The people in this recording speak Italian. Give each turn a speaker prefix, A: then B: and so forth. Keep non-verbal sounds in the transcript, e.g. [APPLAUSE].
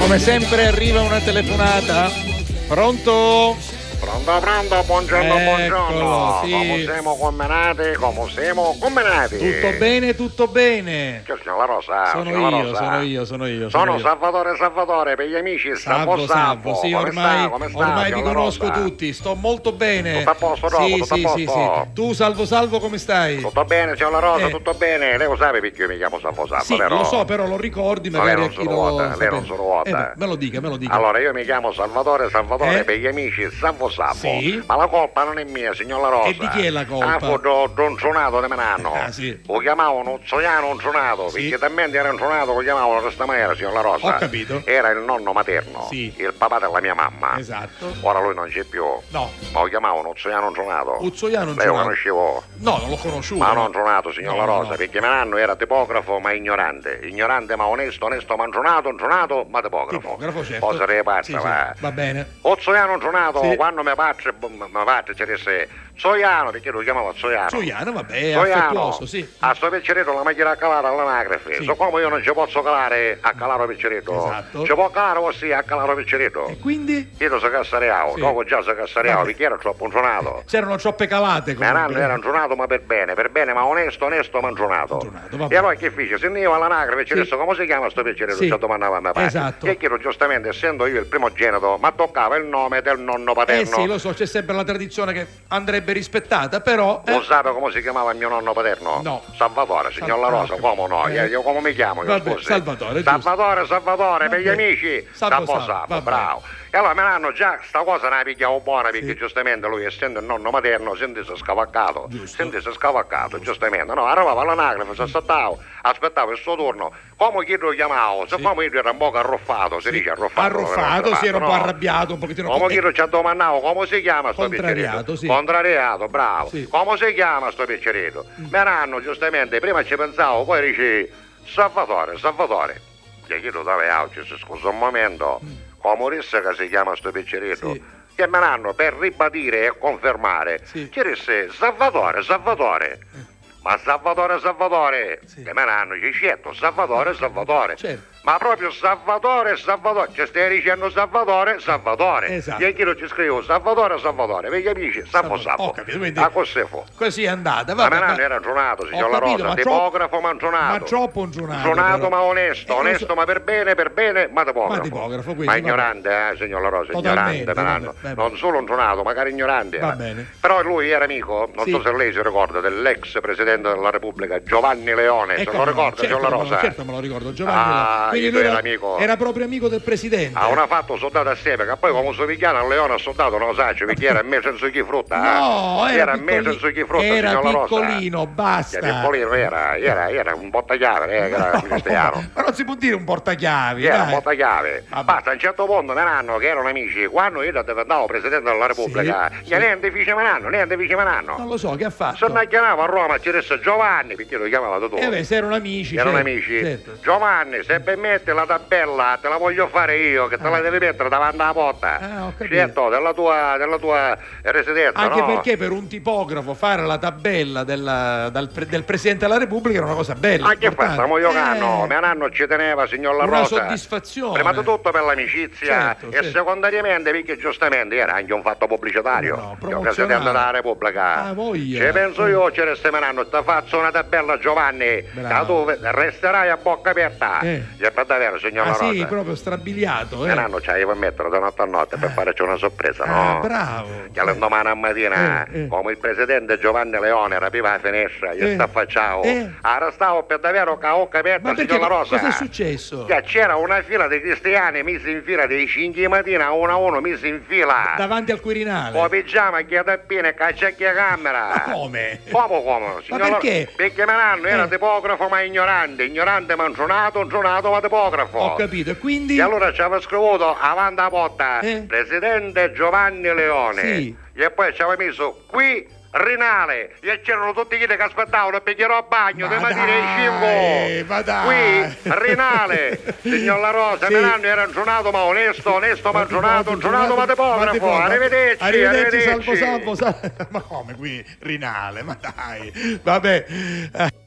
A: Come sempre arriva una telefonata. Pronto?
B: Pronto, pronto, buongiorno, buongiorno.
A: sì.
B: Come siamo combinati? Come siamo combinati?
A: Tutto bene, tutto bene.
B: Io sono la Rosa,
A: Sono
B: signora
A: io,
B: Rosa.
A: sono io, sono io.
B: Sono
A: Sono io.
B: Salvatore Salvatore per gli amici,
A: Salvo,
B: Salvo
A: salvo, sì,
B: Come
A: ormai,
B: sta? Come sta,
A: ormai vi
B: signora
A: conosco
B: Rosa?
A: tutti, sto molto bene.
B: Tutto a posto, dopo,
A: sì,
B: tutto a
A: sì, sì,
B: posto.
A: sì. Tu, salvo, salvo, come stai?
B: Tutto bene, signor La Rosa,
A: Eh.
B: tutto bene. Lei lo sa perché io mi chiamo Salvo Salvo,
A: Sì,
B: vero?
A: lo so, però lo ricordi
B: Ma lei
A: magari a
B: non
A: chi
B: sono
A: lo
B: vuota, lei non
A: sapeva.
B: sono vuota.
A: Eh, me lo dica, me lo dica.
B: Allora, io mi chiamo Salvatore Salvatore
A: Eh?
B: per gli amici Salvo Salvo.
A: Sì.
B: Ma la colpa non è mia, signor La Rosa.
A: E di chi è la colpa?
B: Ah, fu do- Don Sonato di Menanno.
A: Ah, sì.
B: Lo chiamavano Ozzoliano un Sonato,
A: Sì.
B: perché talmente era un Sonato lo chiamavano in questa maniera, signor La Rosa.
A: Ho capito.
B: Era il nonno materno,
A: Sì.
B: il papà della mia mamma.
A: Esatto.
B: Ora lui non c'è più.
A: No.
B: Ma lo chiamavano Ozzoliano un Sonato.
A: Uzzoiano non
B: Lei
A: c'è.
B: lo
A: No,
B: conoscevo.
A: non l'ho conosciuto.
B: Ma non tronato, signor
A: No,
B: La
A: no,
B: Rosa,
A: Eh, no.
B: perché Menanno era tipografo ma ignorante. Ignorante ma onesto, onesto ma tronato, tronato ma tipografo.
A: Tipografo, certo.
B: Cosa ne
A: Sì,
B: passa,
A: sì,
B: va?
A: Va bene.
B: Ozzoiano tronato,
A: Sì.
B: quando mi pace, mi pace, ci disse Zoiano, perché lo chiamava Zoiano.
A: Zoiano, vabbè, è
B: Zoiano,
A: affettuoso, sì.
B: a sto picceretto la macchina a calare all'anagrafe.
A: Sì.
B: Siccome io non ci posso calare a calare picceretto,
A: Esatto.
B: ci può calare ossia a calare picceretto.
A: E quindi
B: Io lo so cassareavo,
A: Sì.
B: dopo già so cassareavo,
A: Vabbè.
B: perché era troppo tronato.
A: c'erano troppe calate comunque.
B: Menanno era angionato ma per bene, per bene, ma onesto, onesto mangionato.
A: Angionato, va
B: E
A: bene.
B: allora che fece? Se ne iva all'anagrafe, ci
A: Sì.
B: disse come si chiama sto piacere,
A: Sì.
B: ci domandava a mia padre.
A: Esatto.
B: E chiedo giustamente, essendo io il primogenito, ma toccava il nome del nonno
A: Eh
B: paterno.
A: sì, lo so, c'è sempre la tradizione che andrebbe rispettata, però... eh,
B: Lo sape come si chiamava mio nonno paterno?
A: No.
B: Salvatore, signor La Rosa,
A: Salvatore.
B: come no?
A: Eh.
B: Io, io come mi chiamo? Io,
A: Vabbè,
B: scusi?
A: Salvatore, giusto.
B: Salvatore, Salvatore, per gli
A: Vabbè.
B: amici.
A: Salvo,
B: Salvo,
A: Salvo,
B: Salvo,
A: vabbè.
B: bravo. E allora me l'hanno già, sta cosa ne pigliavo buona perché
A: Sì.
B: giustamente lui essendo il nonno materno sentisse scavaccato,
A: Giusto.
B: sentisse scavaccato, giustamente. No, arrivava all'anagrafe, si aspettavo, aspettavo il suo turno. Come chi lo chiamavo? Siccome io era un po' arruffato, si dice arruffato.
A: arruffato, si era un po'
B: no?
A: arrabbiato, un pochettino...
B: Come
A: Eh,
B: chi ci ha domandato come si chiama sto
A: Contrariato,
B: piccerito?
A: sì.
B: Contrariato, bravo.
A: Sì.
B: Come si chiama sto piccerito?
A: Mm.
B: Me l'hanno giustamente, prima ci pensavo, poi dice Salvatore, Salvatore. Gli chiedo dove auci, scusa un momento. Come disse che si chiama sto piccerito?
A: Mm. Sì.
B: Che me l'hanno per ribadire e confermare.
A: Sì. Eh.
B: Ci disse Salvatore, Salvatore. Ma Salvatore, Salvatore,
A: Sì.
B: che me l'hanno ci scelto, Salvatore, Salvatore.
A: Certo.
B: Ma proprio Salvatore, Salvatore, ci stai dicendo Salvatore, Salvatore.
A: Esatto.
B: E anch'io ci scrivo Salvatore, Salvatore, per gli amici, Salvo
A: Salvatore.
B: Salvo.
A: Ho capito, quindi-
B: A così fu.
A: Così è andata,
B: Ma
A: vabbè.
B: Menano era giornato, signor La
A: capito,
B: Rosa,
A: ma troppo-
B: tipografo ma giornato.
A: ma troppo un giornato, però.
B: ma onesto,
A: Eh, lo so.
B: onesto ma per bene, per bene, ma tipografo.
A: Ma tipografo, quindi,
B: Ma
A: vabbè.
B: ignorante, eh, signor La Rosa,
A: Totalmente,
B: ignorante,
A: vabbè,
B: Menano.
A: vabbè.
B: Non solo un giornato, magari ignorante.
A: Va
B: ma-
A: bene.
B: Però lui era amico, non
A: Sì.
B: so se lei si ricorda, dell'ex presidente della Repubblica, Giovanni Leone.
A: Ecco,
B: se Eh, lo ricorda,
A: certo,
B: signor La
A: me lo-
B: Rosa? eh.
A: Certo me lo ricordo, Giovanni.
B: Ah,
A: quindi
B: io
A: lui
B: era
A: era,
B: amico.
A: era proprio amico del presidente.
B: Ah, una fatto soldato assieme, che poi come somigliano a Leone ha soldato non lo sa, cioè, perché era messo in succhi frutta.
A: No,
B: eh.
A: era,
B: messo in
A: piccoli-
B: succhi frutta,
A: era
B: signor La Rosa.
A: piccolino, basta.
B: Che piccolino era,
A: [LAUGHS]
B: era, era un bottachiave, eh, che era cristiano.
A: ma non si può dire un portachiavi,
B: Era un
A: [LAUGHS] dai.
B: bottachiave.
A: Vabbè.
B: Basta, a un certo punto Menanno, che erano amici, quando io diventavo presidente della Repubblica,
A: Sì,
B: gli
A: sì.
B: niente fece Menanno, niente fece
A: Non
B: Menanno.
A: lo so, che ha
B: Se
A: fatto?
B: ne chiamava a Roma, ci resta Giovanni, perché lo chiamava tutto.
A: Eh beh, se erano amici.
B: Erano
A: certo,
B: amici.
A: certo.
B: Giovanni, se ben metti la tabella, te la voglio fare io, che te la
A: Ah.
B: devi mettere davanti alla porta.
A: Ah, ho capito.
B: certo, della tua, della tua residenza.
A: Anche
B: no?
A: perché per un tipografo fare la tabella della- dal pre- del Presidente della Repubblica era una cosa bella.
B: Anche fa,
A: importante.
B: stiamo giocando,
A: Eh,
B: mio nonno ci teneva, signor La
A: Una
B: Rosa.
A: soddisfazione.
B: Prima di tutto per l'amicizia
A: Certo,
B: e
A: certo.
B: secondariamente perché giustamente era anche un fatto pubblicitario.
A: No, no,
B: Io
A: promozionale.
B: Presidente della Repubblica.
A: Ah, voglia.
B: Ci penso io, ci resteranno, ti faccio una tabella Giovanni, che
A: Bravo.
B: tu resterai a bocca aperta.
A: Eh.
B: E per davvero, signor
A: ah,
B: La Rosa.
A: sì, proprio strabiliato. Eh.
B: Mio nonno ci aveva mettere da notte a notte per farci una sorpresa,
A: Ah,
B: no?
A: bravo.
B: Che all'indomani a mattina,
A: Eh, eh.
B: come il presidente Giovanni Leone rapiva la finestra, io
A: Eh,
B: sta facciavo,
A: eh.
B: era stavo per davvero con la bocca aperta,
A: Ma perché?
B: signor La Rosa.
A: Cosa è successo?
B: Che c'era una fila di cristiani messi in fila dei 5 di mattina, uno a uno messi in fila.
A: Davanti al Quirinale.
B: Con pigiama, chiatappine, cacciacchia
A: Ma
B: camera.
A: come?
B: Come come? signor La-
A: perché?
B: Perché Menanno era
A: Eh.
B: tipografo ma ignorante, ignorante ma ingionato, ingionato ma tipografo.
A: Ho capito, e quindi...
B: E allora ci aveva scrivuto avanti la porta
A: Eh?
B: Presidente Giovanni Leone
A: Sì.
B: e poi ci aveva messo qui Rinale e c'erano tutti quelli che aspettavano perché ero a bagno
A: Ma
B: di mattina alle
A: dai,
B: 5
A: ma dai.
B: qui
A: [LAUGHS]
B: Rinale signor La Rosa
A: Sì.
B: Menanno era giornato ma onesto onesto ma giornato giornato ma tipografo arrivederci [LAUGHS]
A: Arrivederci, salvo, salvo, salvo. Ma come qui, Rinale, ma dai. Vabbè. Eh.